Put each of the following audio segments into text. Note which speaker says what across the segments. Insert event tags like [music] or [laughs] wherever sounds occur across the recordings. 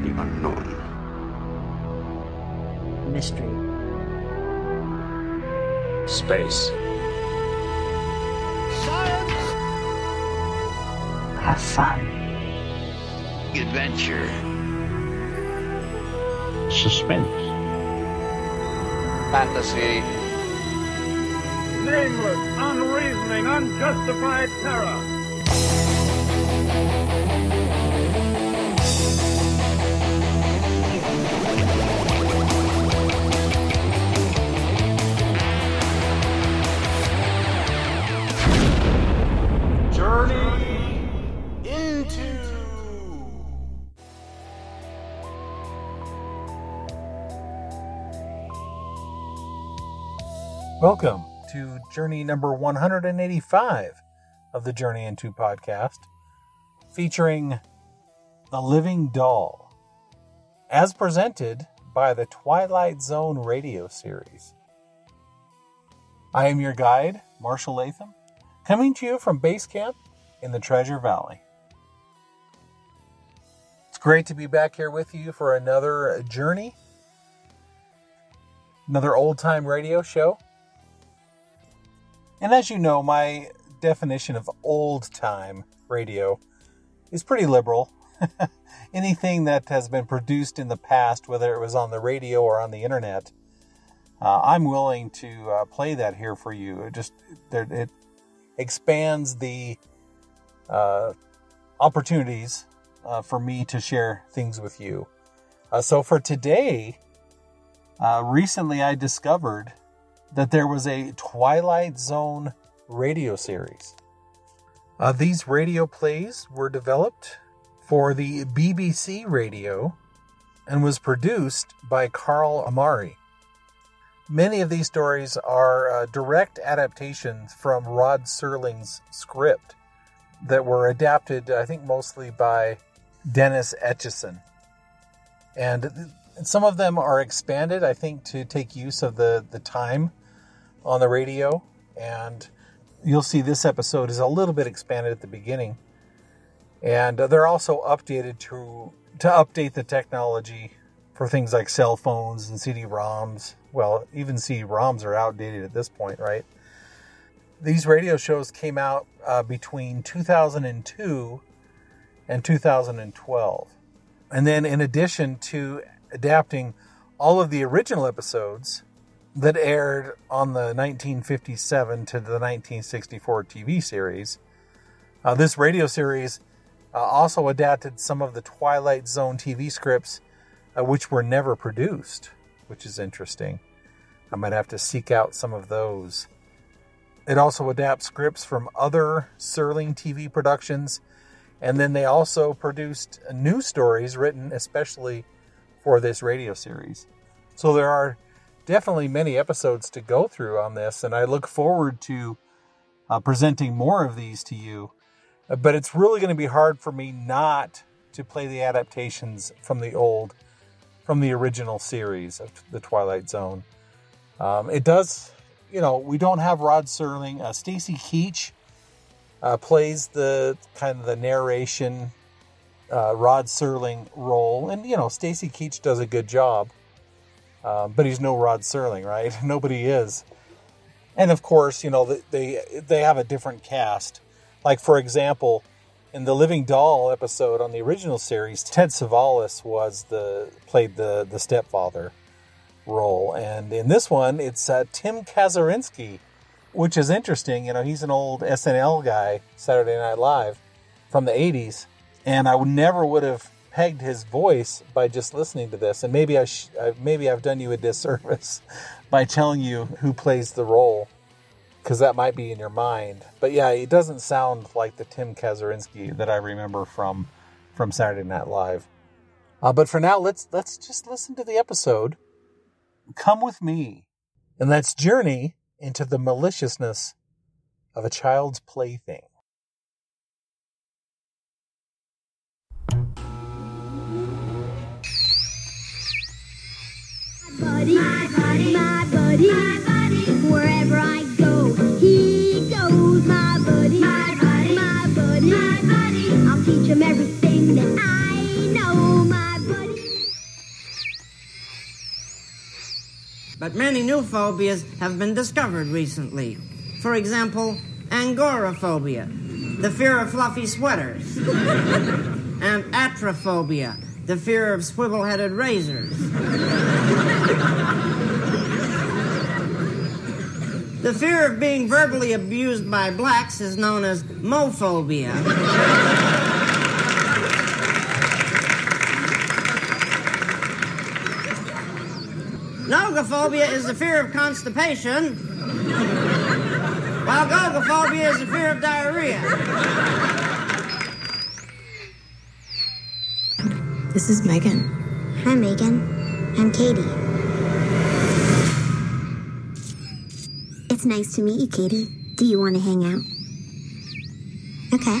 Speaker 1: the unknown.
Speaker 2: mystery,
Speaker 3: Space.
Speaker 2: have fun,
Speaker 4: Adventure.
Speaker 5: Suspense.
Speaker 4: Fantasy.
Speaker 6: nameless, unreasoning, unjustified terror.
Speaker 7: Welcome to journey number 185 of the Journey Into podcast, featuring The Living Doll, as presented by the Twilight Zone radio series. I am your guide, Marshall Latham, coming to you from Base Camp in the Treasure Valley. It's great to be back here with you for another journey, another old time radio show. And as you know, my definition of old time radio is pretty liberal. [laughs] Anything that has been produced in the past, whether it was on the radio or on the internet, uh, I'm willing to uh, play that here for you. It just there, it expands the uh, opportunities uh, for me to share things with you. Uh, so for today, uh, recently I discovered that there was a Twilight Zone radio series. Uh, these radio plays were developed for the BBC radio and was produced by Carl Amari. Many of these stories are uh, direct adaptations from Rod Serling's script that were adapted, I think, mostly by Dennis Etchison. And th- some of them are expanded, I think, to take use of the, the time on the radio, and you'll see this episode is a little bit expanded at the beginning. And uh, they're also updated to to update the technology for things like cell phones and CD-ROMs. Well, even CD-ROMs are outdated at this point, right? These radio shows came out uh, between 2002 and 2012. And then, in addition to adapting all of the original episodes, that aired on the 1957 to the 1964 TV series. Uh, this radio series uh, also adapted some of the Twilight Zone TV scripts, uh, which were never produced, which is interesting. I might have to seek out some of those. It also adapts scripts from other Serling TV productions, and then they also produced new stories written especially for this radio series. So there are definitely many episodes to go through on this, and I look forward to uh, presenting more of these to you. Uh, But it's really going to be hard for me not to play the adaptations from the old, from the original series of The Twilight Zone. Um, it does, you know, we don't have Rod Serling. Uh, Stacy Keach uh, plays the kind of the narration, uh, Rod Serling role, and you know, Stacy Keach does a good job. Um, but he's no Rod Serling, right? [laughs] Nobody is. And of course, you know th- they they have a different cast. Like for example, in the Living Doll episode on the original series, Ted Savalas was the played the the stepfather role, and in this one, it's uh, Tim Kazurinsky, which is interesting. You know, he's an old SNL guy, Saturday Night Live, from the '80s, and I would- never would have pegged his voice by just listening to this. And maybe I, sh- I maybe I've done you a disservice [laughs] by telling you who plays the role, because that might be in your mind. But yeah, it doesn't sound like the Tim Kazurinsky that I remember from from Saturday Night Live. Uh, but for now, let's let's just listen to the episode. Come with me, and let's journey into the maliciousness of a child's plaything.
Speaker 8: buddy, my buddy, my buddy, my buddy. Wherever I go, he goes, my buddy, my buddy, my buddy, my buddy. I'll teach him everything that I know, my
Speaker 1: But many new phobias have been discovered recently. For example, angoraphobia, the fear of fluffy sweaters, and atrophobia, the fear of swivel headed razors. The fear of being verbally abused by blacks is known as mophobia. Nogophobia is the fear of constipation, while gogophobia is the fear of diarrhea.
Speaker 9: This is Megan.
Speaker 10: Hi, Megan. I'm Katie. It's nice to meet you, Katie. Do you want to hang out? Okay.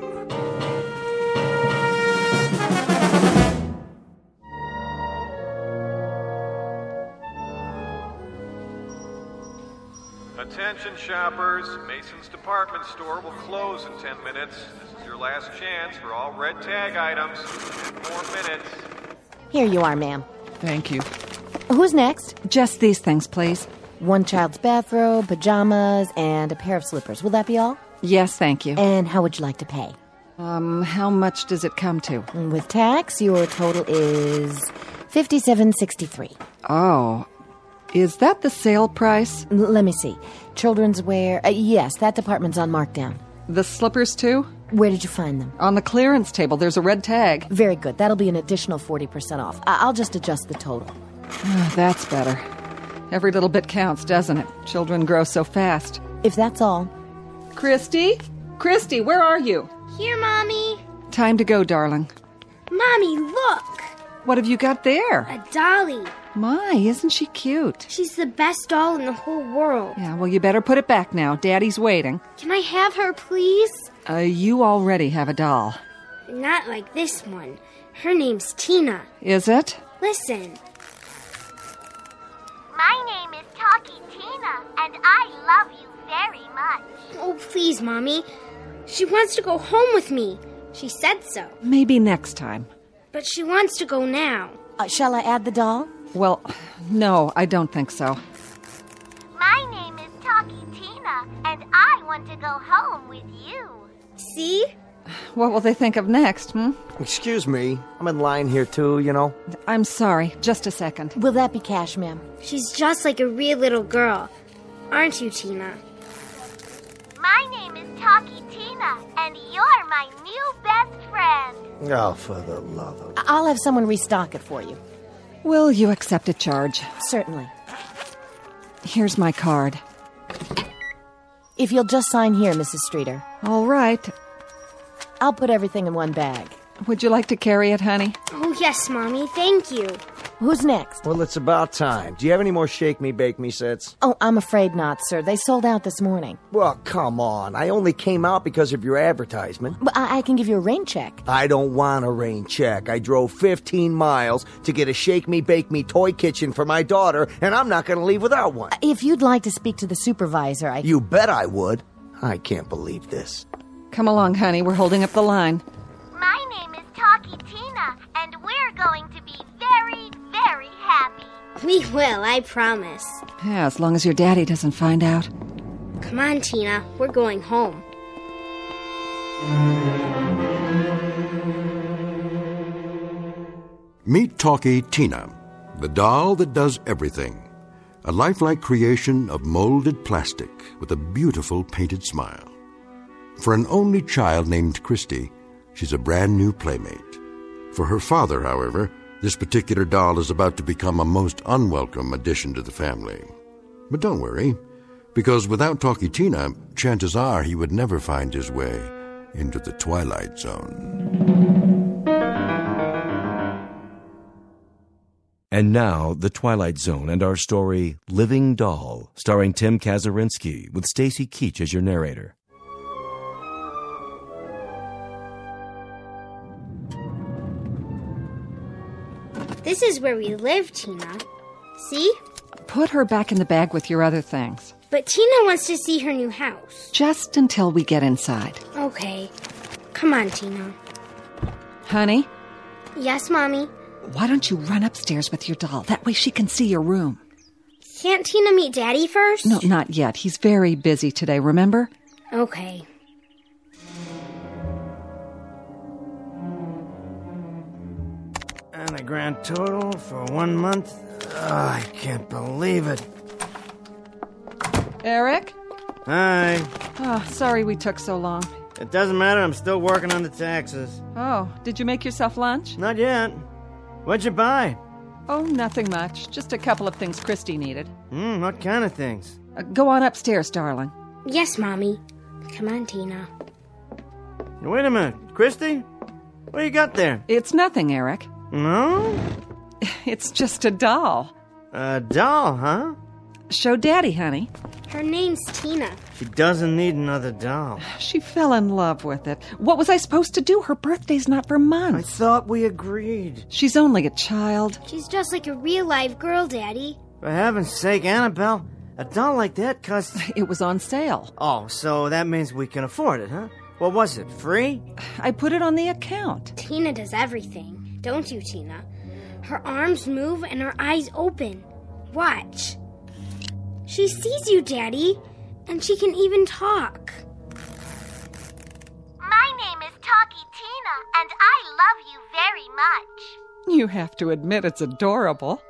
Speaker 6: Attention shoppers, Mason's department store will close in 10 minutes. This is your last chance for all red tag items. 10 more minutes.
Speaker 11: Here you are, ma'am.
Speaker 2: Thank you.
Speaker 11: Who's next?
Speaker 2: Just these things, please.
Speaker 11: One child's bathrobe, pajamas, and a pair of slippers. Will that be all?
Speaker 2: Yes, thank you.
Speaker 11: And how would you like to pay?
Speaker 2: Um, how much does it come to?
Speaker 11: With tax, your total is fifty-seven sixty-three.
Speaker 2: Oh, is that the sale price?
Speaker 11: L- Let me see. Children's wear. Uh, yes, that department's on markdown.
Speaker 2: The slippers, too?
Speaker 11: Where did you find them?
Speaker 2: On the clearance table, there's a red tag.
Speaker 11: Very good. That'll be an additional 40% off. I- I'll just adjust the total.
Speaker 2: Ah, That's better. Every little bit counts, doesn't it? Children grow so fast.
Speaker 11: If that's all,
Speaker 2: Christy? Christy, where are you?
Speaker 10: Here, Mommy.
Speaker 2: Time to go, darling.
Speaker 10: Mommy, look!
Speaker 2: What have you got there?
Speaker 10: A dolly.
Speaker 2: My, isn't she cute?
Speaker 10: She's the best doll in the whole world.
Speaker 2: Yeah, well, you better put it back now. Daddy's waiting.
Speaker 10: Can I have her, please?
Speaker 2: Uh, you already have a doll.
Speaker 10: Not like this one. Her name's Tina.
Speaker 2: Is it?
Speaker 10: Listen.
Speaker 12: My name is Talkie Tina, and I love you very much.
Speaker 10: Oh, please, Mommy. She wants to go home with me. She said so.
Speaker 2: Maybe next time.
Speaker 10: But she wants to go now.
Speaker 11: uh, shall I add the doll?
Speaker 2: Well, no, I don't think so.
Speaker 12: My name is Talkie Tina, and I want to go home with you.
Speaker 10: See?
Speaker 2: What will they think of next, hmm?
Speaker 13: Excuse me, I'm in line here too, you know.
Speaker 2: I'm sorry, just a second.
Speaker 11: Will that be cash, ma'am?
Speaker 10: She's just like a real little girl. Aren't you, Tina?
Speaker 12: My name is Talkie Tina, and you're my new best friend.
Speaker 13: Oh, for the love of.
Speaker 11: I- I'll have someone restock it for you.
Speaker 2: Will you accept a charge?
Speaker 11: Certainly.
Speaker 2: Here's my card.
Speaker 11: If you'll just sign here, Mrs. Streeter,
Speaker 2: All right.
Speaker 11: I'll put everything in one bag.
Speaker 2: Would you like to carry it, honey?
Speaker 10: Oh, yes, Mommy. Thank you.
Speaker 11: Who's next?
Speaker 13: Well, it's about time. Do you have any more shake me, bake me sets?
Speaker 11: Oh, I'm afraid not, sir. They sold out this morning.
Speaker 13: Well, come on. I only came out because of your advertisement.
Speaker 11: But I, I can give you a rain check.
Speaker 13: I don't want a rain check. I drove 15 miles to get a shake me, bake me toy kitchen for my daughter, and I'm not going to leave without one.
Speaker 11: If you'd like to speak to the supervisor, I.
Speaker 13: You bet I would. I can't believe this.
Speaker 2: Come along, honey. We're holding up the line.
Speaker 12: My name is Talkie Tina, and we're going to be very, very happy.
Speaker 10: We will, I promise.
Speaker 2: Yeah, as long as your daddy doesn't find out.
Speaker 10: Come on, Tina. We're going home.
Speaker 14: Meet Talkie Tina, the doll that does everything. A lifelike creation of molded plastic with a beautiful painted smile. For an only child named Christy, she's a brand new playmate. For her father, however, this particular doll is about to become a most unwelcome addition to the family. But don't worry, because without Talkie Tina, chances are he would never find his way into the Twilight Zone.
Speaker 3: And now, The Twilight Zone and our story, Living Doll, starring Tim Kazurinsky, with Stacy Keach as your narrator.
Speaker 10: This is where we live, Tina. See?
Speaker 2: Put her back in the bag with your other things.
Speaker 10: But Tina wants to see her new house.
Speaker 2: Just until we get inside.
Speaker 10: Okay. Come on, Tina.
Speaker 2: Honey,
Speaker 10: Yes, Mommy.
Speaker 2: why don't you run upstairs with your doll? That way she can see your room.
Speaker 10: Can't Tina meet Daddy first?
Speaker 2: No, not yet. He's very busy today, remember?
Speaker 10: Okay.
Speaker 15: And a grand total for one month? Ugh, I can't believe it.
Speaker 2: Eric?
Speaker 15: Hi.
Speaker 2: Oh, sorry we took so long.
Speaker 15: It doesn't matter, I'm still working on the taxes.
Speaker 2: Oh, did you make yourself lunch?
Speaker 15: Not yet. What'd you buy?
Speaker 2: Oh, nothing much. Just a couple of things Christy needed.
Speaker 15: Hmm, what kind of things?
Speaker 2: Uh, go on upstairs, darling.
Speaker 10: Yes, Mommy. Come on, Tina.
Speaker 15: Hey, Wait a minute, Christy? What do you got there?
Speaker 2: It's nothing, Eric.
Speaker 15: No?
Speaker 2: It's just a doll.
Speaker 15: A doll, huh?
Speaker 2: Show Daddy, honey.
Speaker 10: Her name's Tina.
Speaker 15: She doesn't need another doll.
Speaker 2: She fell in love with it. What was I supposed to do? Her birthday's not for
Speaker 15: I
Speaker 2: months.
Speaker 15: thought we agreed.
Speaker 2: She's only a child.
Speaker 10: She's just like a real live girl, Daddy.
Speaker 15: For heaven's sake, Annabelle, a doll like that costs.
Speaker 2: [laughs] It was on sale.
Speaker 15: Oh, so that means we can afford it, huh? What was it, free?
Speaker 2: I put it on the account.
Speaker 10: Tina does everything, don't you, Tina? Her arms move and her eyes open. Watch. She sees you, Daddy, and she can even talk.
Speaker 8: My name is Talkie Tina, and I love you very much.
Speaker 2: You have to admit it's adorable.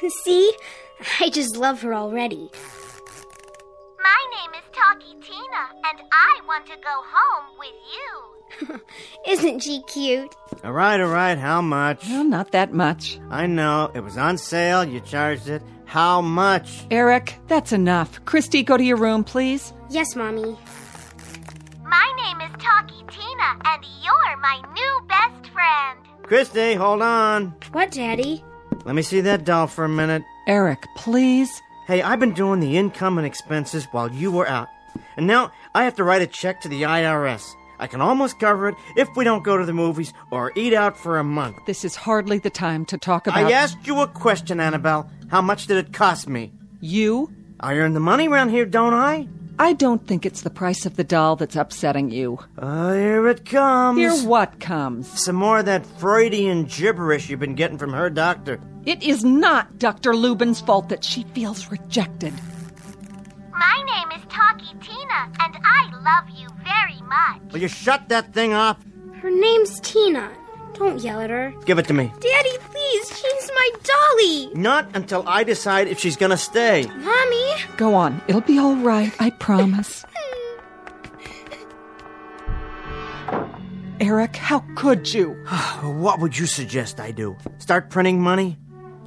Speaker 10: [laughs] See? I just love her already.
Speaker 8: My name is Talkie Tina, and I want to go home with you.
Speaker 10: Isn't she cute?
Speaker 15: All right, all right, how much?
Speaker 2: Well, not that much.
Speaker 15: I know, it was on sale, you charged it. How much?
Speaker 2: Eric, that's enough. Christy, go to your room, please.
Speaker 10: Yes, Mommy.
Speaker 8: My name is Talkie Tina, and you're my new best friend.
Speaker 15: Christy, hold on.
Speaker 10: What, Daddy?
Speaker 15: Let me see that doll for a minute.
Speaker 2: Eric, please.
Speaker 15: Hey, I've been doing the income and expenses while you were out. And now I have to write a check to the IRS. I can almost cover it if we don't go to the movies or eat out for a month.
Speaker 2: This is hardly the time to talk about
Speaker 15: I asked you a question, Annabelle. How much did it cost me?
Speaker 2: you.
Speaker 15: I earn the money round here, don't I?
Speaker 2: I don't think it's the price of the doll that's upsetting you.
Speaker 15: Oh, here it comes.
Speaker 2: Here what comes?
Speaker 15: Some more of that Freudian gibberish you've been getting from her doctor.
Speaker 2: It is not Dr. Lubin's fault that she feels rejected.
Speaker 8: My name is Talkie Tina, and I love you very much.
Speaker 15: Will you shut that thing off?
Speaker 10: Her name's Tina. Don't yell at her.
Speaker 15: Give it to me.
Speaker 10: Daddy, please, she's my dolly.
Speaker 15: Not until I decide if she's gonna stay.
Speaker 10: Mommy.
Speaker 2: Go on. It'll be all right, I
Speaker 15: [laughs]
Speaker 2: promise. Eric, how could you?
Speaker 15: [sighs] What would you suggest I do? Start printing money?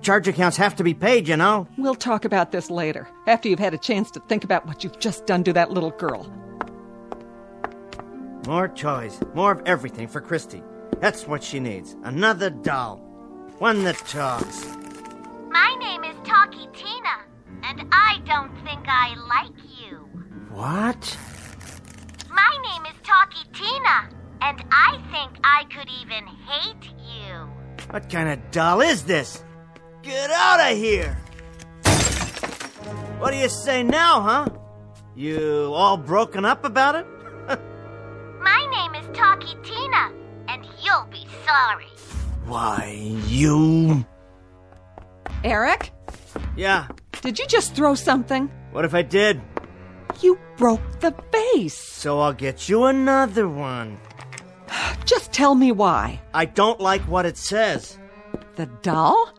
Speaker 15: Charge accounts have to be paid, you know?
Speaker 2: We'll talk about this later, after you've had a chance to think about what you've just done to that little girl.
Speaker 15: More toys, more of everything for Christy. That's what she needs. Another doll. One that talks.
Speaker 8: My name is Talkie Tina, and I don't think I like you.
Speaker 15: What?
Speaker 8: My name is Talkie Tina, and I think I could even hate you.
Speaker 15: What kind of doll is this? Get out of here! What do you say now, huh? You all broken up about it?
Speaker 8: My name is Talkie Tina, and you'll be sorry.
Speaker 15: Why, you.
Speaker 2: Eric,
Speaker 15: Yeah,
Speaker 2: did you just throw something?
Speaker 15: what if I did?
Speaker 2: You broke the vase.
Speaker 15: So I'll get you another one.
Speaker 2: [sighs] Just tell me why.
Speaker 15: I don't like what it says.
Speaker 2: The doll?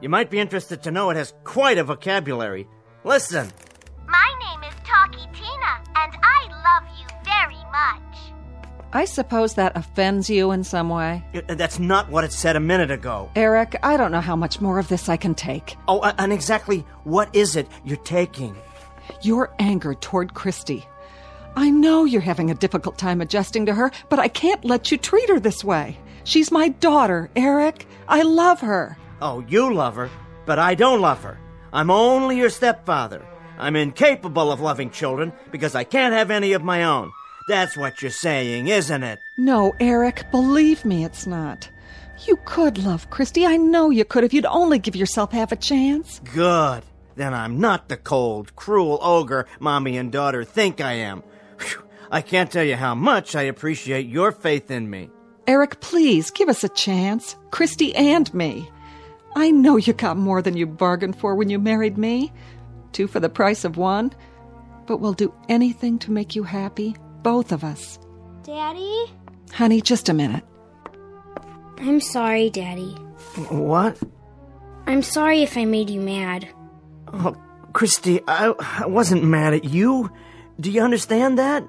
Speaker 15: You might be interested to know it has quite a vocabulary. Listen.
Speaker 8: My name is Talkie Tina, and I love you very much.
Speaker 2: I suppose that offends you in some way.
Speaker 15: Uh, That's not what it said a minute ago.
Speaker 2: Eric, I don't know how much more of this I can take.
Speaker 15: Oh, uh, and exactly what is it you're taking?
Speaker 2: Your anger toward Christy. I know you're having a difficult time adjusting to her, but I can't let you treat her this way. She's my daughter, Eric. I love her.
Speaker 15: Oh, you love her, but I don't love her. I'm only your stepfather. I'm incapable of loving children because I can't have any of my own. That's what you're saying, isn't it?
Speaker 2: No, Eric, believe me, it's not. You could love Christy. I know you could if you'd only give yourself half a chance.
Speaker 15: Good. Then I'm not the cold, cruel ogre mommy and daughter think I am. Whew. I can't tell you how much I appreciate your faith in me.
Speaker 2: Eric, please give us a chance, Christy and me. I know you got more than you bargained for when you married me two for the price of one. But we'll do anything to make you happy, both of us.
Speaker 10: Daddy?
Speaker 2: Honey, just a minute.
Speaker 10: I'm sorry, Daddy.
Speaker 15: What?
Speaker 10: I'm sorry if I made you mad.
Speaker 15: Oh, Christy, I, I wasn't mad at you. Do you understand that?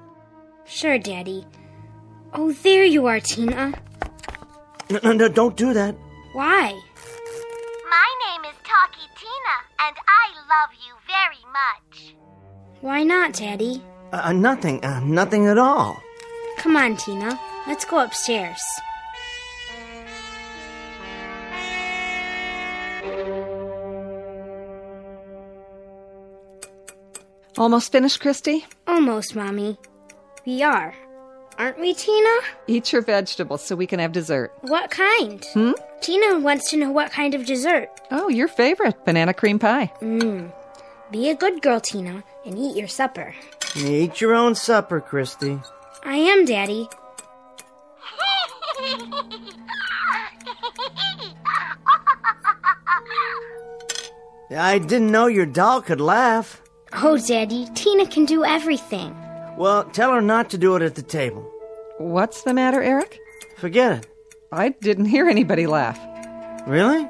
Speaker 10: Sure, Daddy. Oh, there you are, Tina.
Speaker 15: No, no, no don't do that.
Speaker 10: Why?
Speaker 12: My name is Talkie Tina, and I love you very much. [laughs]
Speaker 10: Why not, Daddy?
Speaker 15: Uh, nothing, uh, nothing at all.
Speaker 10: Come on, Tina. Let's go upstairs.
Speaker 2: Almost finished, Christy?
Speaker 10: Almost, Mommy. We are. Aren't we, Tina?
Speaker 2: Eat your vegetables so we can have dessert.
Speaker 10: What kind?
Speaker 2: Hmm?
Speaker 10: Tina wants to know what kind of dessert.
Speaker 2: Oh, your favorite banana cream pie.
Speaker 10: Mmm. Be a good girl, Tina, and eat your supper.
Speaker 15: Eat your own supper, Christy.
Speaker 10: I am, Daddy.
Speaker 15: I didn't know your doll could laugh.
Speaker 10: Oh, Daddy, Tina can do everything.
Speaker 15: Well, tell her not to do it at the table.
Speaker 2: What's the matter, Eric?
Speaker 15: Forget it.
Speaker 2: I didn't hear anybody laugh.
Speaker 15: Really?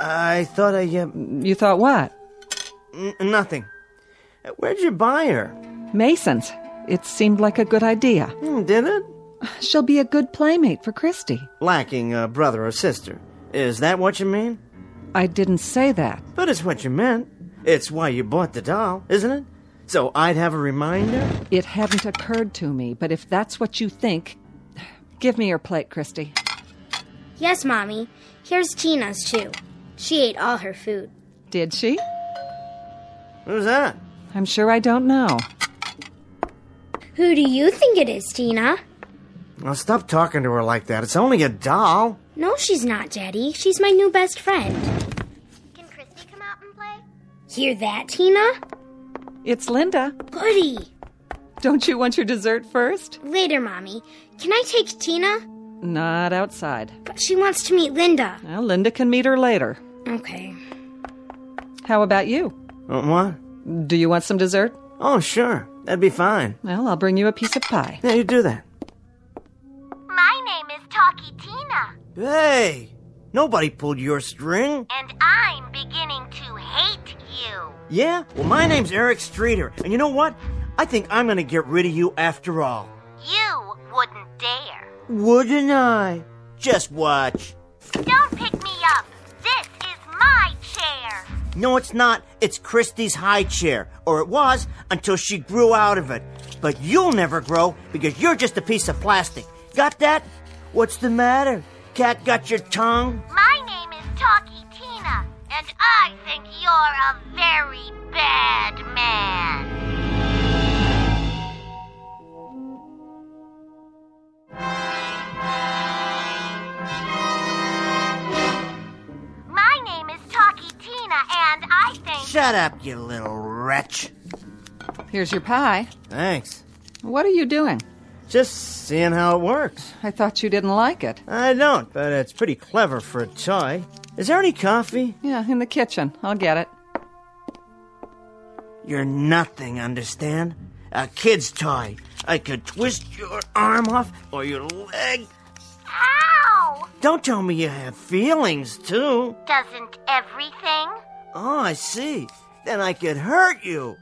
Speaker 15: I thought I. Uh...
Speaker 2: You thought what?
Speaker 15: N- nothing. Where'd you buy her?
Speaker 2: Mason's. It seemed like a good idea.
Speaker 15: Mm, did it?
Speaker 2: She'll be a good playmate for Christy.
Speaker 15: Lacking a brother or sister. Is that what you mean?
Speaker 2: I didn't say that.
Speaker 15: But it's what you meant. It's why you bought the doll, isn't it? So I'd have a reminder?
Speaker 2: It hadn't occurred to me, but if that's what you think, [sighs] give me your plate, Christy.
Speaker 10: Yes, Mommy. Here's Tina's, too. She ate all her food.
Speaker 2: Did she?
Speaker 15: Who's that?
Speaker 2: I'm sure I don't know.
Speaker 10: Who do you think it is, Tina?
Speaker 15: Now stop talking to her like that. It's only a doll.
Speaker 10: No, she's not, Daddy. She's my new best friend.
Speaker 12: Can Christy come out and play?
Speaker 10: Hear that, Tina?
Speaker 2: It's Linda.
Speaker 10: Goody.
Speaker 2: Don't you want your dessert first?
Speaker 10: Later, Mommy. Can I take Tina?
Speaker 2: Not outside.
Speaker 10: But she wants to meet Linda.
Speaker 2: Well, Linda can meet her later.
Speaker 10: Okay.
Speaker 2: How about you?
Speaker 15: Uh, what?
Speaker 2: Do you want some dessert?
Speaker 15: Oh, sure. That'd be fine.
Speaker 2: Well, I'll bring you a piece of pie.
Speaker 15: Yeah, you do that.
Speaker 12: My name is Talkie Tina.
Speaker 15: Hey! Nobody pulled your string.
Speaker 12: And I'm beginning to hate you.
Speaker 15: Yeah? Well, my name's Eric Streeter, and you know what? I think I'm gonna get rid of you after all.
Speaker 12: You wouldn't dare.
Speaker 15: Wouldn't I? Just watch.
Speaker 12: Don't pick me up. This is my chair.
Speaker 15: No, it's not. It's Christie's high chair. Or it was until she grew out of it. But you'll never grow because you're just a piece of plastic. Got that? What's the matter? cat got your tongue?
Speaker 12: My name is Talkie Tina, and I think you're a very bad man. My name is Talkie Tina, and I think.
Speaker 15: Shut up, you little wretch.
Speaker 2: Here's your pie.
Speaker 15: Thanks.
Speaker 2: What are you doing?
Speaker 15: Just seeing how it works.
Speaker 2: I thought you didn't like it.
Speaker 15: I don't, but it's pretty clever for a toy. Is there any coffee?
Speaker 2: Yeah, in the kitchen. I'll get it.
Speaker 15: You're nothing, understand? A kid's toy. I could twist your arm off or your leg.
Speaker 12: Ow!
Speaker 15: Don't tell me you have feelings, too.
Speaker 12: Doesn't everything?
Speaker 15: Oh, I see. Then I could hurt you.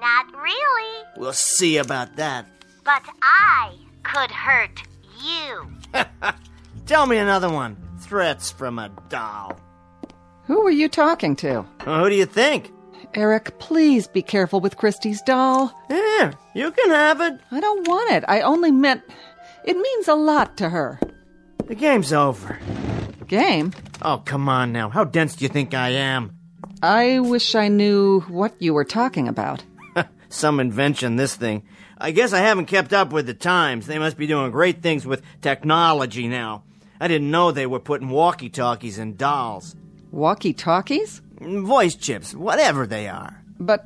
Speaker 12: Not really.
Speaker 15: We'll see about that.
Speaker 12: But I could hurt you.
Speaker 15: Tell me another one. Threats from a doll.
Speaker 2: Who were you talking to?
Speaker 15: Well, who Uh, do you think?
Speaker 2: Eric, please be careful with Christie's doll.
Speaker 15: Yeah, you can have it.
Speaker 2: I don't want it. I only meant it means a lot to her.
Speaker 15: The game's over.
Speaker 2: Game?
Speaker 15: Oh, come on now. How dense do you think I am?
Speaker 2: I wish I knew what you were talking about.
Speaker 15: [laughs] Some invention, this thing. I guess I haven't kept up with the times. They must be doing great things with technology now. I didn't know they were putting walkie talkies in dolls. Mm,
Speaker 2: Walkie talkies?
Speaker 15: Voice chips, whatever they are.
Speaker 2: But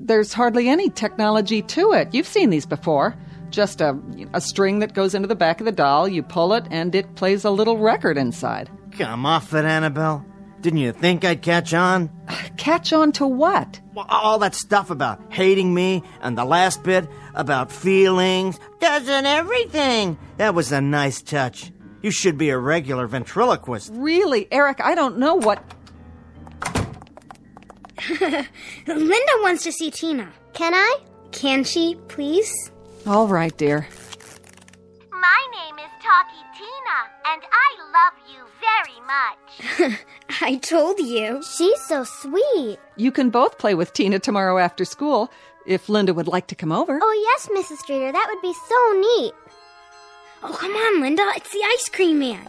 Speaker 2: there's hardly any technology to it. You've seen these before just a, a string that goes into the back of the doll. You pull it, and it plays a little record inside.
Speaker 15: Come off it, Annabelle. Didn't you think I'd catch on?
Speaker 2: Catch on to what?
Speaker 15: Well, all that stuff about hating me, and the last bit about feelings, doesn't everything. That was a nice touch. You should be a regular ventriloquist.
Speaker 2: Really, Eric, I don't know what.
Speaker 10: [laughs] Linda wants to see Tina.
Speaker 5: Can I?
Speaker 10: Can she, please?
Speaker 2: All right, dear.
Speaker 12: My name is Talkie Tina, and I love you very
Speaker 10: much. I told you.
Speaker 5: She's so sweet.
Speaker 2: You can both play with Tina tomorrow after school if Linda would like to come over.
Speaker 5: Oh, yes, Mrs. Streeter. That would be so neat.
Speaker 10: Oh, come on, Linda. It's the ice cream man.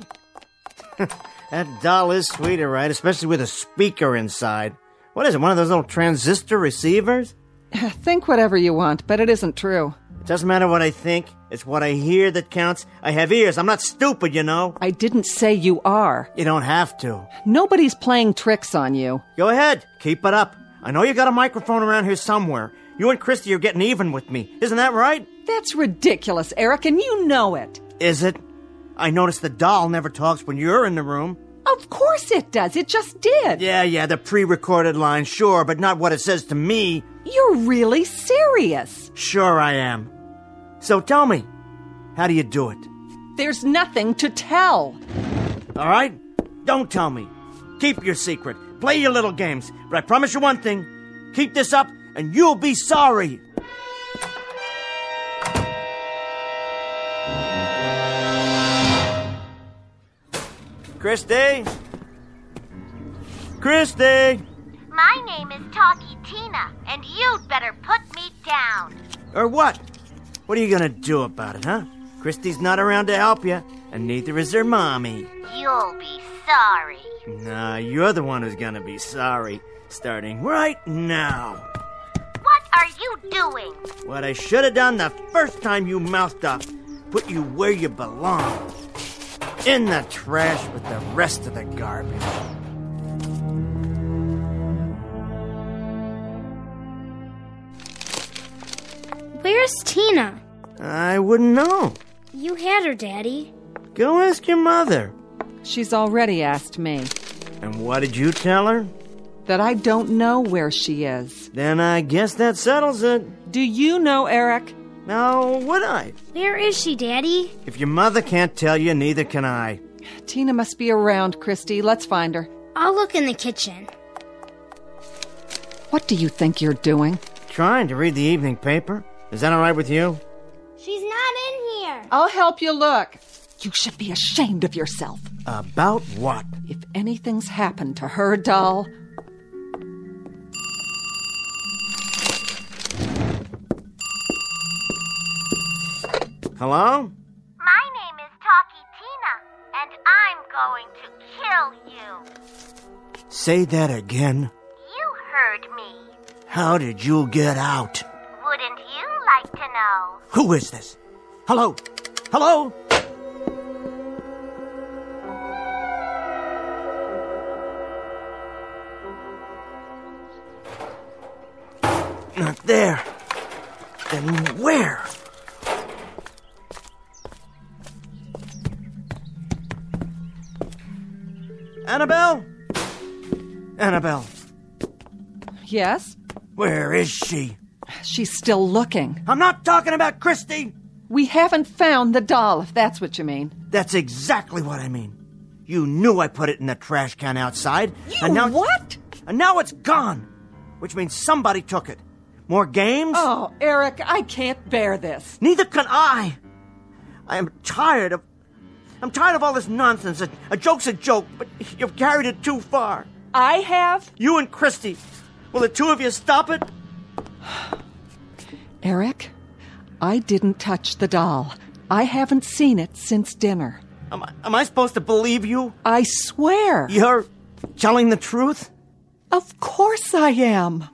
Speaker 15: that doll is sweeter, right? Especially with a speaker inside. What is it? One of those little transistor receivers?
Speaker 2: [sighs] Think whatever you want, but it isn't true.
Speaker 15: It doesn't matter what I think, it's what I hear that counts. I have ears. I'm not stupid, you know.
Speaker 2: I didn't say you are.
Speaker 15: You don't have to.
Speaker 2: Nobody's playing tricks on you.
Speaker 15: Go ahead, keep it up. I know you got a microphone around here somewhere. You and Christy are getting even with me. Isn't that right?
Speaker 2: That's ridiculous, Eric, and you know it.
Speaker 15: Is it? I noticed the doll never talks when you're in the room.
Speaker 2: Of course it does. It just
Speaker 15: [laughs]
Speaker 2: did.
Speaker 15: Yeah, yeah, the pre recorded line, sure, but not what it says to me.
Speaker 2: You're really serious.
Speaker 15: Sure, I am. So tell me, how do you do it?
Speaker 2: There's nothing to tell.
Speaker 15: All right, don't tell me. Keep your secret. Play your little games. But I promise you one thing keep this up, and you'll be sorry. Christy? Christy?
Speaker 12: My name is Talkie Tina, and you'd better put me down.
Speaker 15: Or what? What are you gonna do about it, huh? Christy's not around to help you, and neither is her mommy.
Speaker 12: You'll be sorry.
Speaker 15: Nah, you're the one who's gonna be sorry, starting right now.
Speaker 12: What are you doing?
Speaker 15: What I should have done the first time you mouthed off. Put you where you belong. In the trash with the rest of the garbage.
Speaker 10: Where's Tina?
Speaker 15: I wouldn't know.
Speaker 10: You had her, Daddy.
Speaker 15: Go ask your mother.
Speaker 2: She's already asked me.
Speaker 15: And what did you tell her?
Speaker 2: That I don't know where she is.
Speaker 15: Then I guess that settles it.
Speaker 2: Do you know Eric?
Speaker 15: No, would I?
Speaker 10: Where is she, Daddy?
Speaker 15: If your mother can't tell you, neither can I.
Speaker 2: Tina must be around, Christy. Let's find her.
Speaker 10: I'll look in the kitchen.
Speaker 2: What do you think you're doing?
Speaker 15: Trying to read the evening paper. Is that all right with you?
Speaker 8: She's not in here.
Speaker 2: I'll help you look. You should be ashamed of yourself.
Speaker 15: About what?
Speaker 2: If anything's happened to her doll.
Speaker 15: Hello?
Speaker 12: My name is Talkie Tina, and I'm going to kill you.
Speaker 15: Say that again.
Speaker 12: You heard me.
Speaker 15: How did you get out?
Speaker 12: Wouldn't you like to know?
Speaker 15: Who is this? Hello? Hello? Not there. Then where? Annabelle? Annabelle.
Speaker 2: Yes?
Speaker 15: Where is she?
Speaker 2: She's still looking.
Speaker 15: I'm not talking about Christy.
Speaker 2: We haven't found the doll, if that's what you mean.
Speaker 15: That's exactly what I mean. You knew I put it in the trash can outside.
Speaker 2: You
Speaker 15: and now
Speaker 2: what?
Speaker 15: And now it's gone, which means somebody took it. More games?
Speaker 2: Oh, Eric, I can't bear this.
Speaker 15: Neither can I. I am tired of. I'm tired of all this nonsense. A, a joke's a joke, but you've carried it too far.
Speaker 2: I have?
Speaker 15: You and Christy. Will the two of you stop it?
Speaker 2: Eric, I didn't touch the doll. I haven't seen it since dinner.
Speaker 15: Am I, am I supposed to believe you?
Speaker 2: I swear.
Speaker 15: You're telling the truth?
Speaker 2: Of course I am.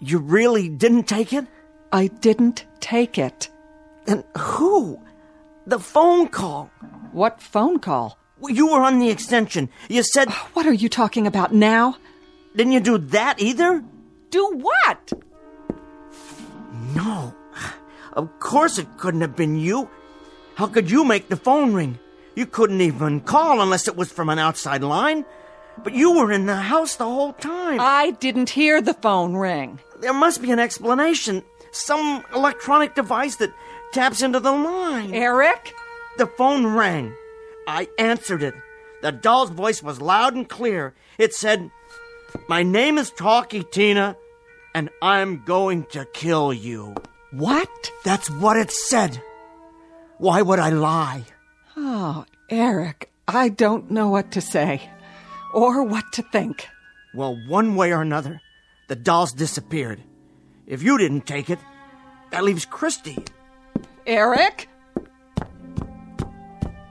Speaker 15: You really didn't take it?
Speaker 2: I didn't take it.
Speaker 15: And who? The phone call.
Speaker 2: What phone call?
Speaker 15: You were on the extension. You said.
Speaker 2: What are you talking about now?
Speaker 15: Didn't you do that either?
Speaker 2: Do what?
Speaker 15: No. Of course it couldn't have been you. How could you make the phone ring? You couldn't even call unless it was from an outside line. But you were in the house the whole time.
Speaker 2: I didn't hear the phone ring.
Speaker 15: There must be an explanation. Some electronic device that taps into the line.
Speaker 2: Eric?
Speaker 15: The phone rang. I answered it. The doll's voice was loud and clear. It said, My name is Talkie Tina, and I'm going to kill you.
Speaker 2: What?
Speaker 15: That's what it said. Why would I lie?
Speaker 2: Oh, Eric, I don't know what to say or what to think.
Speaker 15: Well, one way or another, the doll's disappeared. If you didn't take it, that leaves Christy.
Speaker 2: Eric?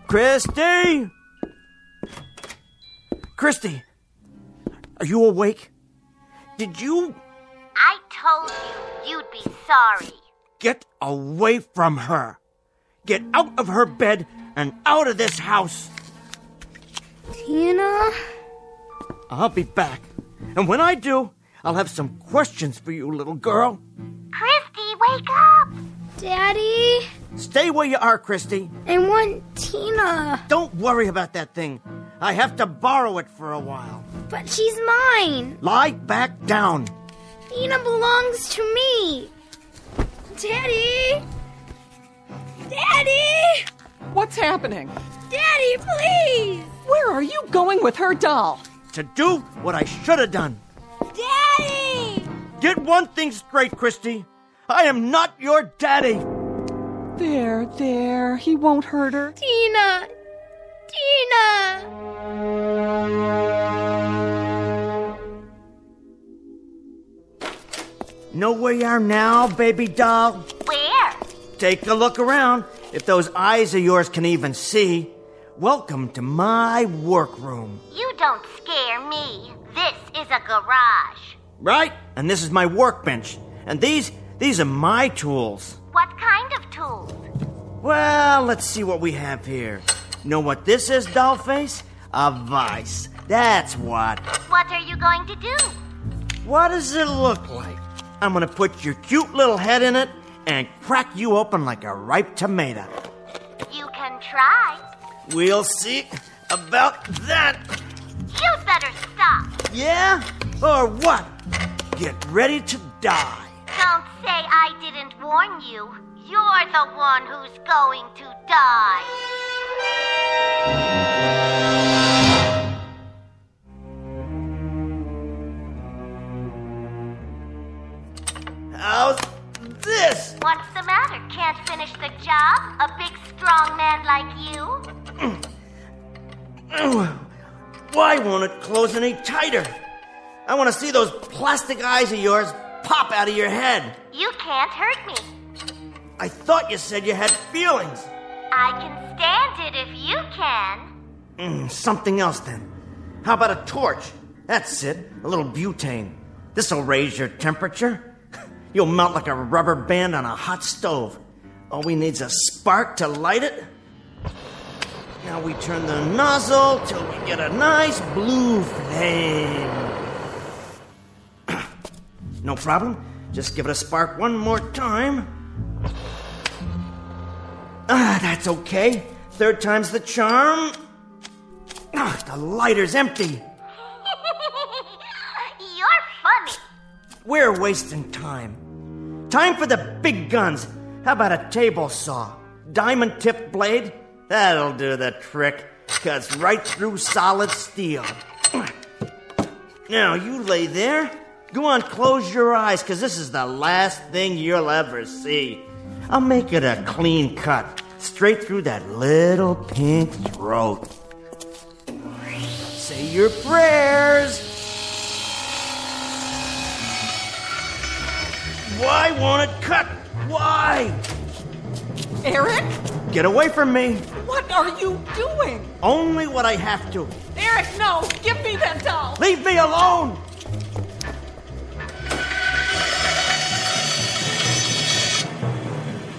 Speaker 15: Christy! Christy, are you awake? Did you.
Speaker 12: I told you you'd be sorry.
Speaker 15: Get away from her! Get out of her bed and out of this house!
Speaker 10: Tina?
Speaker 15: I'll be back. And when I do, I'll have some questions for you, little girl.
Speaker 12: Christy, wake up!
Speaker 10: Daddy?
Speaker 15: Stay where you are, Christy.
Speaker 10: I want Tina.
Speaker 15: Don't worry about that thing. I have to borrow it for a while.
Speaker 10: But she's mine.
Speaker 15: Lie back down.
Speaker 10: Tina belongs to me. Daddy? Daddy?
Speaker 2: What's happening?
Speaker 10: Daddy, please!
Speaker 2: Where are you going with her doll?
Speaker 15: To do what I should have done.
Speaker 10: Daddy!
Speaker 15: Get one thing straight, Christy. I am not your daddy.
Speaker 2: There, there. He won't hurt her.
Speaker 10: Tina! Tina!
Speaker 15: Know where you are now, baby doll?
Speaker 12: Where?
Speaker 15: Take a look around. If those eyes of yours can even see. Welcome to my workroom.
Speaker 12: You don't scare me. This is a garage.
Speaker 15: Right? And this is my workbench. And these these are my tools.
Speaker 12: What kind of tools?
Speaker 15: Well, let's see what we have here. Know what this is, dollface? A vice. That's what.
Speaker 12: What are you going to do?
Speaker 15: What does it look like? I'm going to put your cute little head in it and crack you open like a ripe tomato.
Speaker 12: You can try.
Speaker 15: We'll see about that.
Speaker 12: You'd better stop.
Speaker 15: Yeah? Or what? Get ready to die.
Speaker 12: Don't say I didn't warn you. You're the one who's going to die.
Speaker 15: How's this?
Speaker 12: What's the matter? Can't finish the job? A big, strong man like you?
Speaker 15: Why won't it close any tighter? I want to see those plastic eyes of yours pop out of your head.
Speaker 12: You can't hurt me.
Speaker 15: I thought you said you had feelings.
Speaker 12: I can stand it if you can. [laughs]
Speaker 15: Mm, something else then. How about a torch? That's it, a little butane. This'll raise your temperature. [laughs] You'll melt like a rubber band on a hot stove. All we need's a spark to light it. Now we turn the nozzle till we get a nice blue flame. [clears throat] no problem. Just give it a spark one more time. Ah, that's okay. Third time's the charm. Ah, the lighter's empty.
Speaker 12: You're funny.
Speaker 15: We're wasting time. Time for the big guns. How about a table saw? Diamond tipped blade? That'll do the trick. Cuts right through solid steel. Now, you lay there. Go on, close your eyes, because this is the last thing you'll ever see. I'll make it a clean cut, straight through that little pink throat. Say your prayers. Why won't it cut? Why?
Speaker 16: Eric?
Speaker 15: Get away from me.
Speaker 16: What are you doing?
Speaker 15: Only what I have to.
Speaker 16: Eric, no! Give me that doll!
Speaker 15: Leave me alone.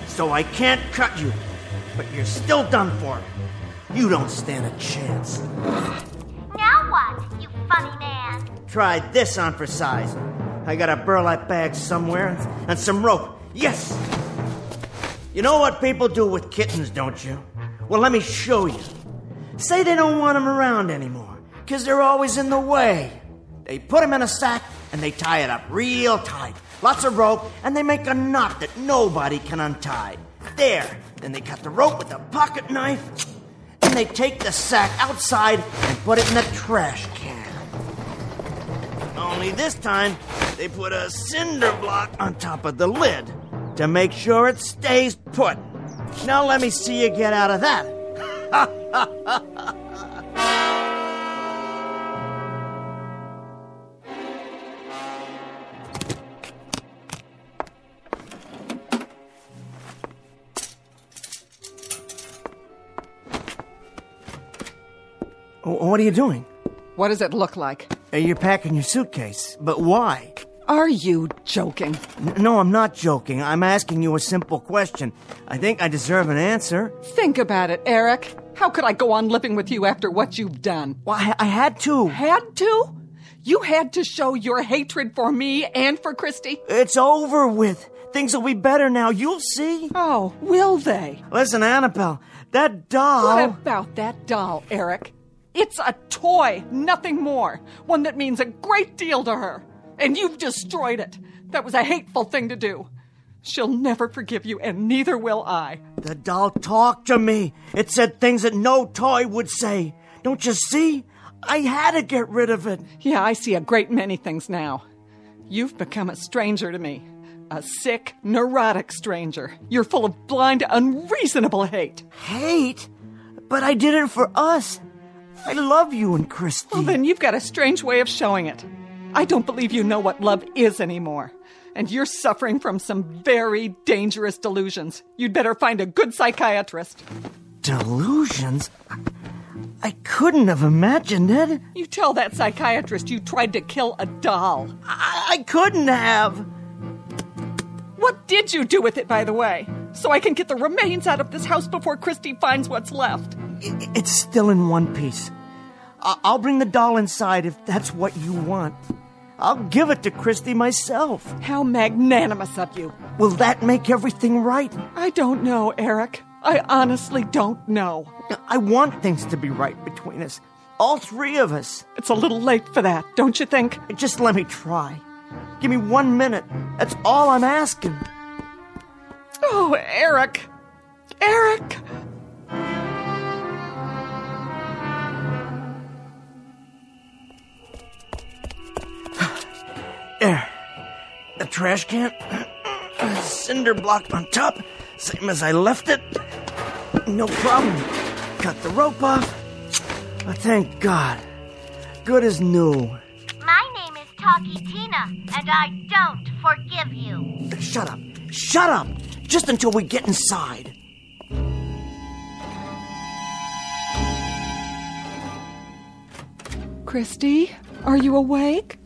Speaker 15: So I can't cut you, but you're still done for. You don't stand a chance.
Speaker 12: Now what, you funny man?
Speaker 15: Try this on for size. I got a burlap bag somewhere and some rope. Yes! You know what people do with kittens, don't you? Well, let me show you. Say they don't want them around anymore, because they're always in the way. They put them in a sack and they tie it up real tight. Lots of rope, and they make a knot that nobody can untie. There! Then they cut the rope with a pocket knife, and they take the sack outside and put it in the trash can. Only this time, they put a cinder block on top of the lid to make sure it stays put. Now let me see you get out of that. [laughs] Wh- what are you doing?
Speaker 2: What does it look like?
Speaker 15: Uh, You're packing your suitcase, but why?
Speaker 2: Are you joking?
Speaker 15: N- No, I'm not joking. I'm asking you a simple question. I think I deserve an answer.
Speaker 2: Think about it, Eric. How could I go on living with you after what you've done?
Speaker 15: Well, I, I had to.
Speaker 2: Had to? You had to show your hatred for me and for Christy?
Speaker 15: It's over with. Things will be better now. You'll see.
Speaker 2: Oh, will they?
Speaker 15: Listen, Annabelle, that doll.
Speaker 2: What about that doll, Eric? It's a toy, nothing more. One that means a great deal to her. And you've destroyed it. That was a hateful thing to do. She'll never forgive you, and neither will I.
Speaker 15: The doll talked to me. It said things that no toy would say. Don't you see? I had to get rid of it.
Speaker 2: Yeah, I see a great many things now. You've become a stranger to me. A sick, neurotic stranger. You're full of blind, unreasonable hate.
Speaker 15: Hate? But I did it for us. I love you and Christy.
Speaker 2: Well, then you've got a strange way of showing it. I don't believe you know what love is anymore. And you're suffering from some very dangerous delusions. You'd better find a good psychiatrist.
Speaker 15: Delusions? I couldn't have imagined it.
Speaker 2: You tell that psychiatrist you tried to kill a doll.
Speaker 15: I, I couldn't have.
Speaker 2: What did you do with it, by the way? So I can get the remains out of this house before Christy finds what's left.
Speaker 15: I- It's still in one piece. I- I'll bring the doll inside if that's what you want. I'll give it to Christy myself.
Speaker 2: How magnanimous of you.
Speaker 15: Will that make everything right?
Speaker 2: I don't know, Eric. I honestly don't know.
Speaker 15: Now, I want things to be right between us. All three of us.
Speaker 2: It's a little late for that, don't you think?
Speaker 15: Just let me try. Give me one minute. That's all I'm asking.
Speaker 2: Oh, Eric. Eric.
Speaker 15: There. The trash can. Cinder block on top, same as I left it. No problem. Cut the rope off. Oh, thank God. Good as new.
Speaker 12: My name is Talkie Tina, and I don't forgive you.
Speaker 15: Shut up. Shut up! Just until we get inside.
Speaker 2: Christy, are you awake?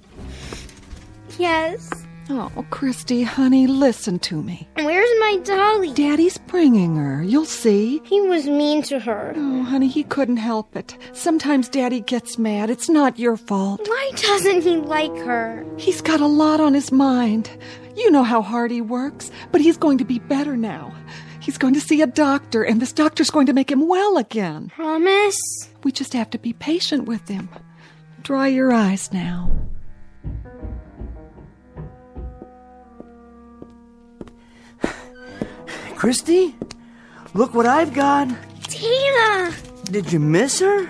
Speaker 10: Yes.
Speaker 2: Oh, Christy, honey, listen to me.
Speaker 10: Where's my dolly?
Speaker 2: Daddy's bringing her. You'll see.
Speaker 10: He was mean to her.
Speaker 2: Oh, honey, he couldn't help it. Sometimes Daddy gets mad. It's not your fault.
Speaker 10: Why doesn't he like her?
Speaker 2: He's got a lot on his mind. You know how hard he works, but he's going to be better now. He's going to see a doctor, and this doctor's going to make him well again.
Speaker 10: Promise?
Speaker 2: We just have to be patient with him. Dry your eyes now.
Speaker 15: Christy? Look what I've got.
Speaker 10: Tina!
Speaker 15: Did you miss her?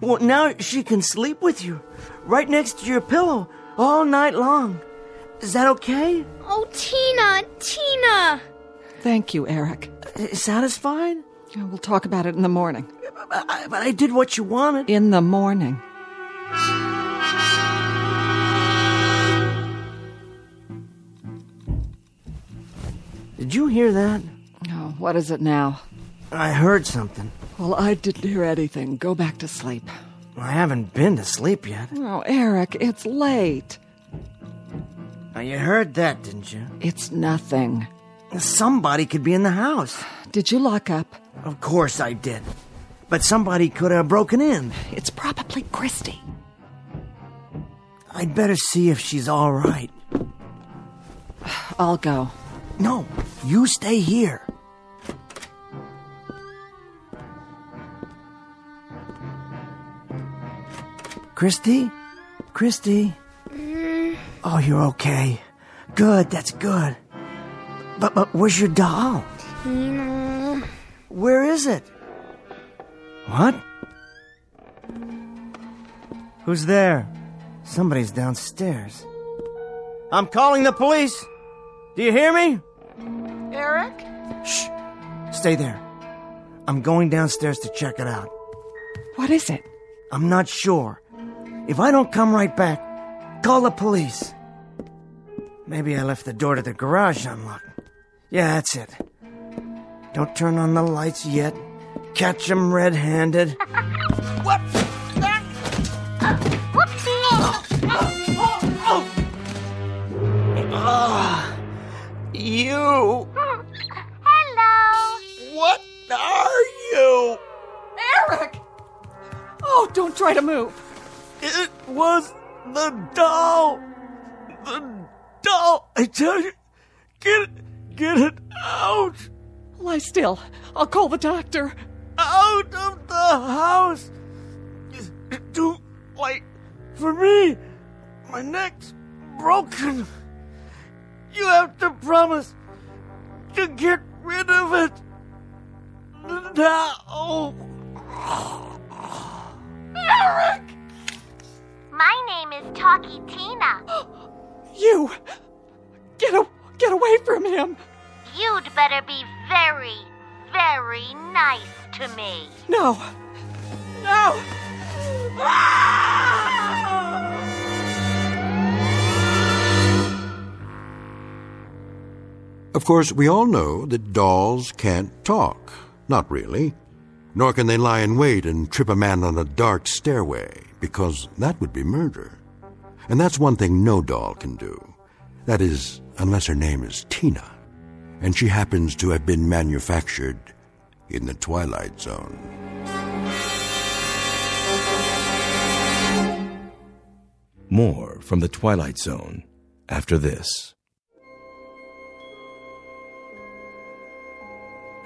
Speaker 15: Well, now she can sleep with you, right next to your pillow, all night long. Is that okay?
Speaker 10: Oh, Tina! Tina!
Speaker 2: Thank you, Eric.
Speaker 15: Uh, Satisfied?
Speaker 2: We'll talk about it in the morning.
Speaker 15: But I, but I did what you wanted.
Speaker 2: In the morning.
Speaker 15: Did you hear that?
Speaker 2: No. What is it now?
Speaker 15: I heard something.
Speaker 2: Well, I didn't hear anything. Go back to sleep.
Speaker 15: I haven't been to sleep yet.
Speaker 2: Oh, Eric, it's late.
Speaker 15: Now, you heard that, didn't you?
Speaker 2: It's nothing.
Speaker 15: Somebody could be in the house.
Speaker 2: Did you lock up?
Speaker 15: Of course I did. But somebody could have broken in.
Speaker 2: It's probably Christy.
Speaker 15: I'd better see if she's all right.
Speaker 2: I'll go.
Speaker 15: No, you stay here. Christy? Christy?
Speaker 10: Mm.
Speaker 15: Oh, you're okay. Good, that's good. But, but where's your doll?
Speaker 10: Tina.
Speaker 15: Where is it? What? Who's there? Somebody's downstairs. I'm calling the police. Do you hear me?
Speaker 16: Eric?
Speaker 15: Shh. Stay there. I'm going downstairs to check it out.
Speaker 2: What is it?
Speaker 15: I'm not sure. If I don't come right back, call the police. Maybe I left the door to the garage unlocked. Yeah, that's it. Don't turn on the lights yet. Catch 'em red handed.
Speaker 12: what? Whoopsie!
Speaker 15: Ah, you.
Speaker 12: Hello!
Speaker 15: What are you?
Speaker 16: Eric! Oh, don't try to move.
Speaker 15: It was the doll. The doll. I tell you, get it, get it out.
Speaker 2: Lie still. I'll call the doctor.
Speaker 15: Out of the house. Do like for me. My neck's broken. You have to promise to get rid of it now.
Speaker 16: Eric!
Speaker 12: My name is Talkie Tina. [gasps]
Speaker 2: You! Get, a- get away from him!
Speaker 12: You'd better be very, very nice to me.
Speaker 2: No! No!
Speaker 14: Of course, we all know that dolls can't talk. Not really. Nor can they lie in wait and trip a man on a dark stairway, because that would be murder. And that's one thing no doll can do. That is, unless her name is Tina, and she happens to have been manufactured in the Twilight Zone.
Speaker 3: More from The Twilight Zone after this.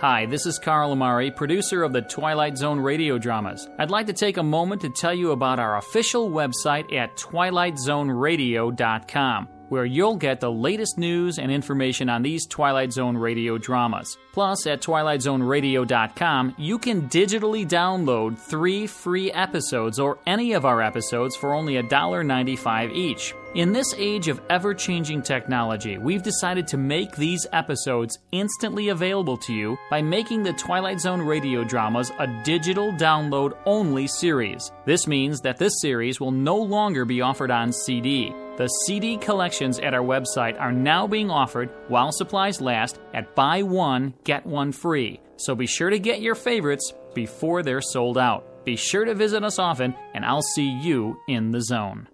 Speaker 17: Hi, this is Carl Amari, producer of the Twilight Zone radio dramas. I'd like to take a moment to tell you about our official website at twilightzoneradio.com, where you'll get the latest news and information on these Twilight Zone radio dramas. Plus, at twilightzoneradio.com, you can digitally download three free episodes or any of our episodes for only $1.95 each. In this age of ever changing technology, we've decided to make these episodes instantly available to you by making the Twilight Zone radio dramas a digital download only series. This means that this series will no longer be offered on CD. The CD collections at our website are now being offered while supplies last at buy one, get one free. So be sure to get your favorites before they're sold out. Be sure to visit us often, and I'll see you in the zone.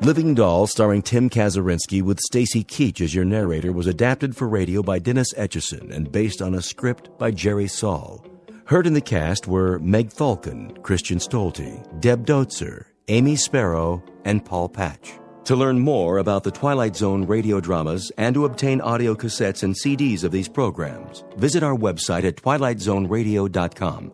Speaker 3: Living Doll, starring Tim Kazurinsky with Stacy Keach as your narrator, was adapted for radio by Dennis Etchison and based on a script by Jerry Saul. Heard in the cast were Meg Falcon, Christian Stolte, Deb Dotzer, Amy Sparrow, and Paul Patch. To learn more about the Twilight Zone radio dramas and to obtain audio cassettes and CDs of these programs, visit our website at twilightzoneradio.com.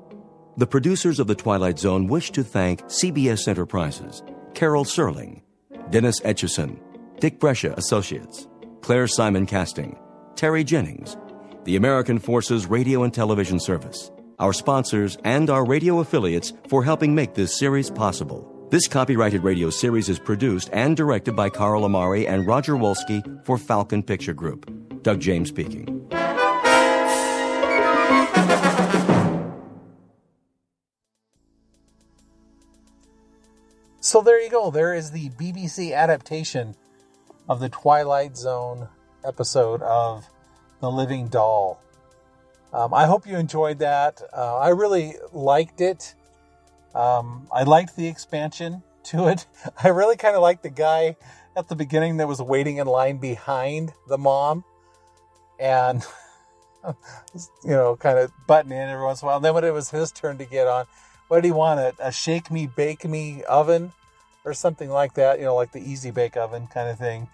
Speaker 3: The producers of The Twilight Zone wish to thank CBS Enterprises, Carol Serling, Dennis Etchison, Dick Brescia Associates, Claire Simon Casting, Terry Jennings, the American Forces Radio and Television Service, our sponsors, and our radio affiliates for helping make this series possible. This copyrighted radio series is produced and directed by Carl Amari and Roger Wolski for Falcon Picture Group. Doug James speaking.
Speaker 7: So there you go. There is the BBC adaptation of the Twilight Zone episode of The Living Doll. Um, I hope you enjoyed that. Uh, I really liked it. Um, I liked the expansion [laughs] to it. I really kind of liked the guy at the beginning that was waiting in line behind the mom and, [laughs] you know, kind of butting in every once in a while. And then when it was his turn to get on, what did he want? A, a shake me, bake me oven or something like that, you know, like the easy bake oven kind of thing.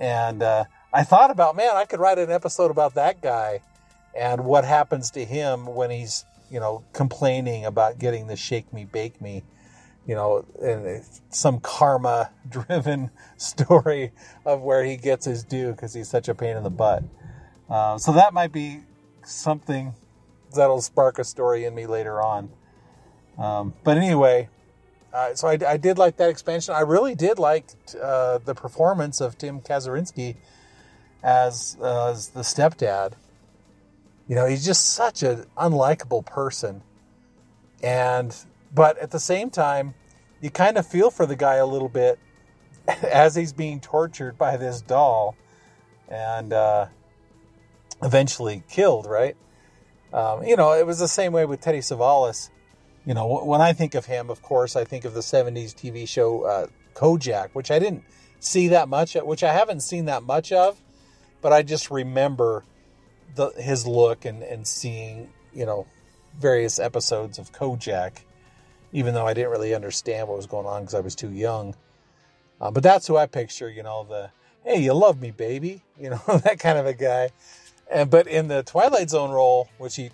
Speaker 7: And uh, I thought about, man, I could write an episode about that guy and what happens to him when he's you know complaining about getting the shake me bake me you know and some karma driven [laughs] story of where he gets his due because he's such a pain in the butt uh, so that might be something that'll spark a story in me later on um, but anyway uh, so I, I, did like that expansion i really did like uh, the performance of tim kazurinsky as, uh, as the stepdad you know, he's just such an unlikable person. And, but at the same time, you kind of feel for the guy a little bit [laughs] as he's being tortured by this doll and uh, eventually killed, right? Um, you know, it was the same way with Teddy Savalas. You know, when I think of him, of course, I think of the 70s TV show uh, Kojak, which I didn't see that much, uh, which I haven't seen that much of, but I just remember. The, his look and, and seeing, you know, various episodes of Kojak, even though I didn't really understand what was going on because I was too young. Uh, but that's who I picture, you know, the, hey, you love me, baby, [laughs] you know, that kind of a guy. And, but in the Twilight Zone role, which he,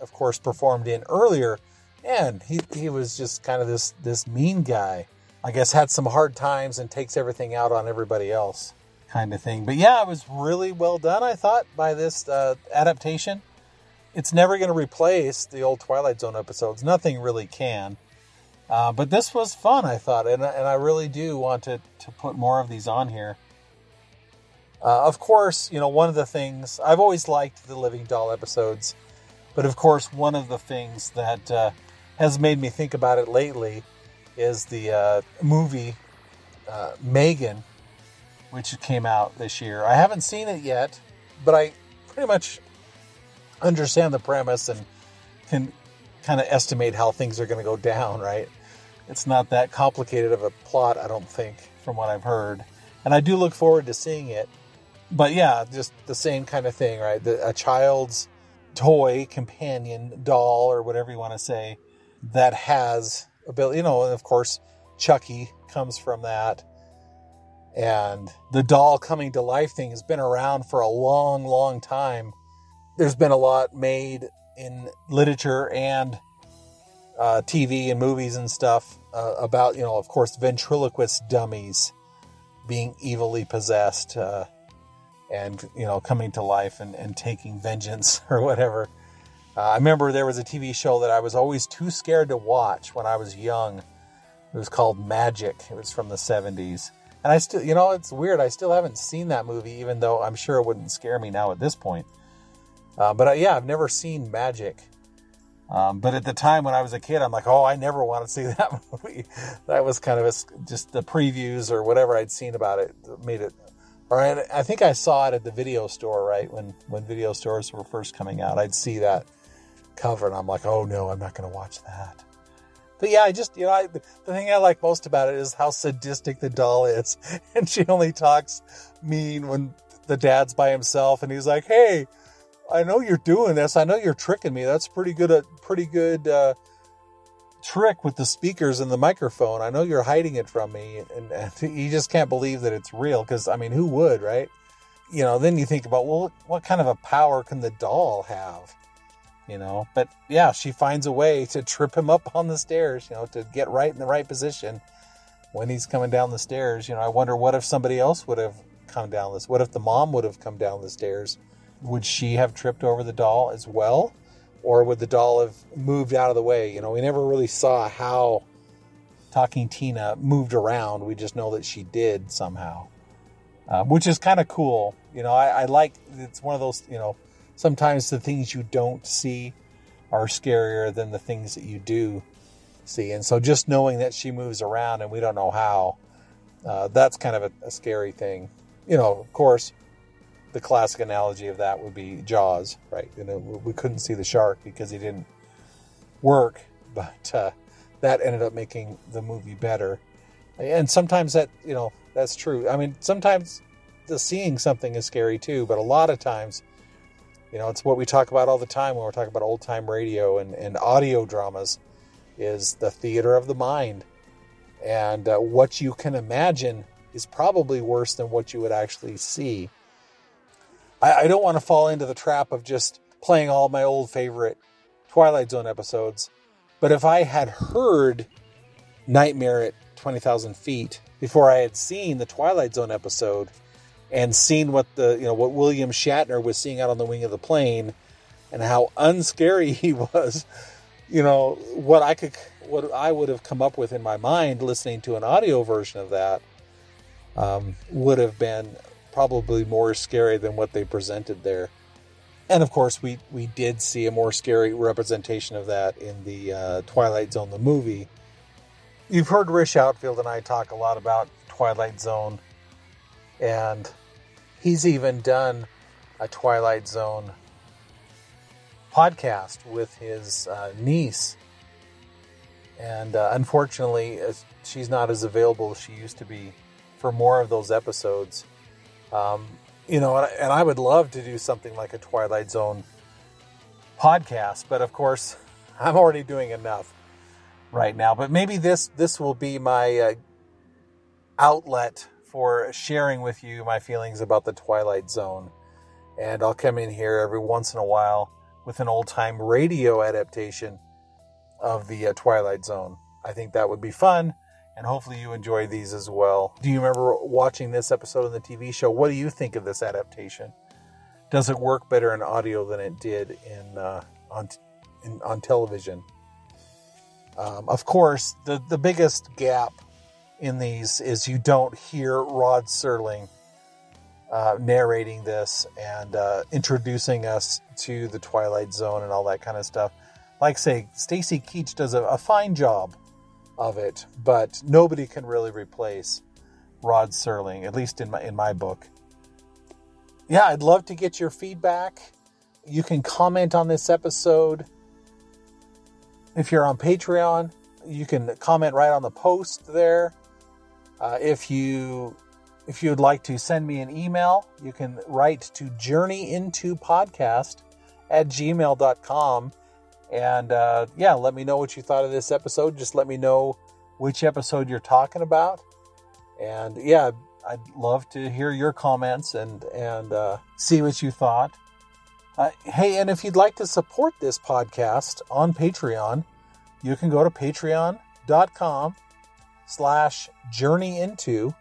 Speaker 7: of course, performed in earlier, and he, he was just kind of this, this mean guy. I guess had some hard times and takes everything out on everybody else kind of thing. But yeah, it was really well done, I thought, by this uh, adaptation. It's never going to replace the old Twilight Zone episodes. Nothing really can. Uh, but this was fun, I thought, and, and I really do want to, to put more of these on here. Uh, of course, you know, one of the things I've always liked the Living Doll episodes, but of course, one of the things that uh, has made me think about it lately is the uh, movie uh, Megan which came out this year. I haven't seen it yet, but I pretty much understand the premise and can kind of estimate how things are going to go down, right? It's not that complicated of a plot, I don't think, from what I've heard. And I do look forward to seeing it. But yeah, just the same kind of thing, right? The, a child's toy, companion, doll, or whatever you want to say, that has ability, you know, and of course, Chucky comes from that and the doll coming to life thing has been around for a long, long time. There's been a lot made in literature and uh, TV and movies and stuff uh, about, you know, of course, ventriloquist dummies being evilly possessed uh, and, you know, coming to life and, and taking vengeance [laughs] or whatever. Uh, I remember there was a TV show that I was always too scared to watch when I was young. It was called Magic. It was from the 70s. And I still, you know, it's weird. I still haven't seen that movie, even though I'm sure it wouldn't scare me now at this point. Uh, but uh, yeah, I've never seen Magic. Um, but at the time when I was a kid, I'm like, oh, I never want to see [laughs] that movie. that was kind of a, just the previews or whatever I'd seen about it made it. Or I, I think I saw it at the video store, right when when video stores were first coming out. I'd see that cover, and I'm like, oh no, I'm not going to watch that. But yeah, I just, you know, I, the thing I like most about it is how sadistic the doll is. [laughs] And she only talks mean when the dad's by himself and he's like, hey, I know you're doing this. I know you're tricking me. That's pretty good, a pretty good uh, trick with the speakers and the microphone. I know you're hiding it from me. And, and [laughs] you just can't believe that it's real because, I mean, who would, right? You know, then you think about, well, what kind of a power can the doll have? you know. But yeah, she finds a way to trip him up [laughs] on the stairs, you know, to get right in the right position when he's coming down the stairs. You know, I wonder what if somebody else would have come down this? What if the mom would have come down the stairs? Would she have tripped over the doll as well? Or would the doll have moved out of the way? You know, we never really saw how Talking Tina moved around. We just know that she did somehow, uh, which is kind of cool. You know, I, I like it's one of those, you know, sometimes the things you don't see are scarier than the things that you do. See, and so just knowing that she moves around and we don't know how, uh, that's kind of a, a scary thing. You know, of course, the classic analogy of that would be Jaws, right? You know, we we couldn't see the shark because he didn't work, [laughs] but uh, that ended up making the movie better. And sometimes that, you know, that's true. I mean, sometimes the seeing something is scary too, but a lot of times, you know, it's what we talk about all the time when we're talking about old time radio and, and audio dramas is the theater of the mind. And uh, what you can imagine is probably worse than what you would actually see. I, I don't want to fall into the trap of just playing all my old favorite Twilight Zone episodes, but if I had heard Nightmare at 20,000 Feet before I had seen the Twilight Zone episode and seen what the, you know, what William Shatner was seeing out on the wing of the plane and how unscary [laughs] he was, you know, what I could, what I would have come up with in my mind listening to an audio version of that um, would have been probably more scary than what they presented there. And of course, we we did see a more scary representation of that in the uh, Twilight Zone the movie. You've heard Rish Outfield and I talk a lot about Twilight Zone, and he's even done a Twilight Zone podcast with his uh, niece. And uh, unfortunately, uh, she's not as available as she used to be for more of those episodes. Um, you know, and I, and I would love to do something like a Twilight Zone podcast, but of course, [laughs] I'm already doing enough right now. But maybe this this will be my uh, outlet for sharing with you my feelings about the Twilight Zone, and I'll come in here every once in a while with an old time radio adaptation of the uh, Twilight Zone. I think that would be fun and hopefully you enjoy these as well. Do you remember watching this episode of the TV show? What do you think of this adaptation? Does it work better in audio than it did in uh, on in, on television? Um, of course, the the biggest gap in these is you don't hear Rod Serling uh, narrating this and uh, introducing us to the Twilight Zone and all that kind of stuff. Like say, Stacy Keach does a, a fine job of it, but nobody can really replace Rod Serling, at least in my in my book. Yeah, I'd love to get your feedback. You can comment on this episode. If you're on Patreon, you can comment right on the post there. Uh, if you if you'd like to send me an email, you can write to journeyintopodcast at gmail.com. And uh, yeah, let me know what you thought of this episode. Just let me know which episode you're talking about. And yeah, I'd love to hear your comments and and uh, see what you thought. Uh, hey, and if you'd like to support this podcast on Patreon, you can go to patreon.com slash journey into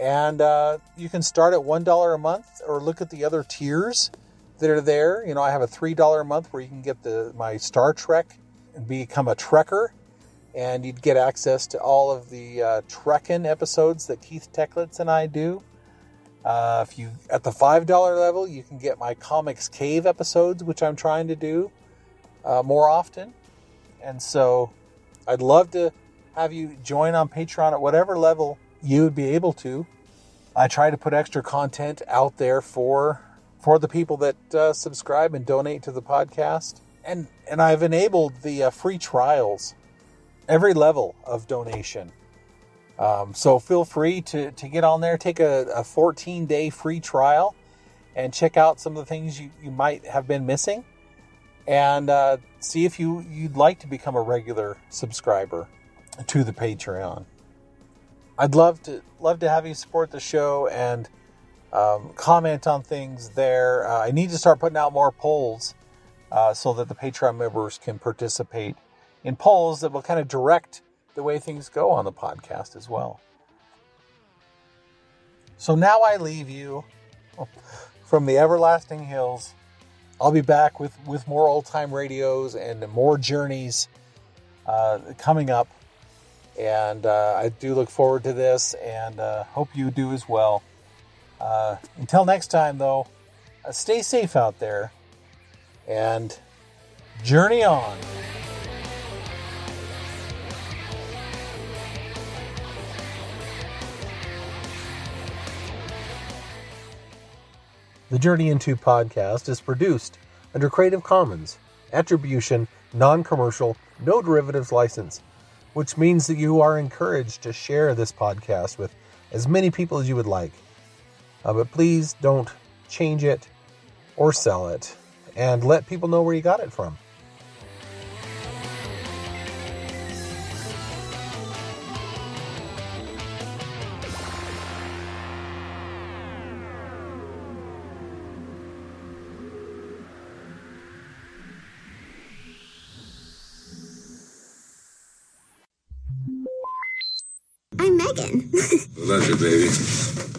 Speaker 7: and uh, you can start at $1 a month or look at the other tiers that are there. You know, I have a three dollar a month where you can get the my Star Trek and become a Trekker, and you'd get access to all of the uh, Trekking episodes that Keith Teklitz and I do. Uh, if you at the five dollar level, you can get my Comics Cave episodes, which I'm trying to do uh, more often, and so I'd love to have you join on Patreon at whatever level you would be able to. I try to put extra content out there for for the people that uh, subscribe and donate to the podcast. And, and I've enabled the uh, free trials, every level of donation. Um, so feel free to, to get on there, take a 14 day free trial, and check out some of the things you, you might have been missing. And uh, see if you, you'd like to become a regular subscriber to the Patreon. I'd love to love to have you support the show and um, comment on things there. Uh, I need to start putting out more polls uh, so that the Patreon members can participate in polls that will kind of direct the way things go on the podcast as well. So now I leave you [laughs] from the everlasting hills. I'll be back with, with more old time radios and more journeys uh, coming up. And uh, I do look forward to this and uh, hope you do as well. Uh, until next time, though, uh, stay safe out there and journey on. The Journey Into podcast is produced under Creative Commons Attribution, Non Commercial, No Derivatives License, which means that you are encouraged to share this podcast with as many people as you would like. Uh, but please don't change it or sell it, and let people know where you got it from.
Speaker 5: I'm Megan.
Speaker 10: [laughs]
Speaker 18: Well, that's it, baby.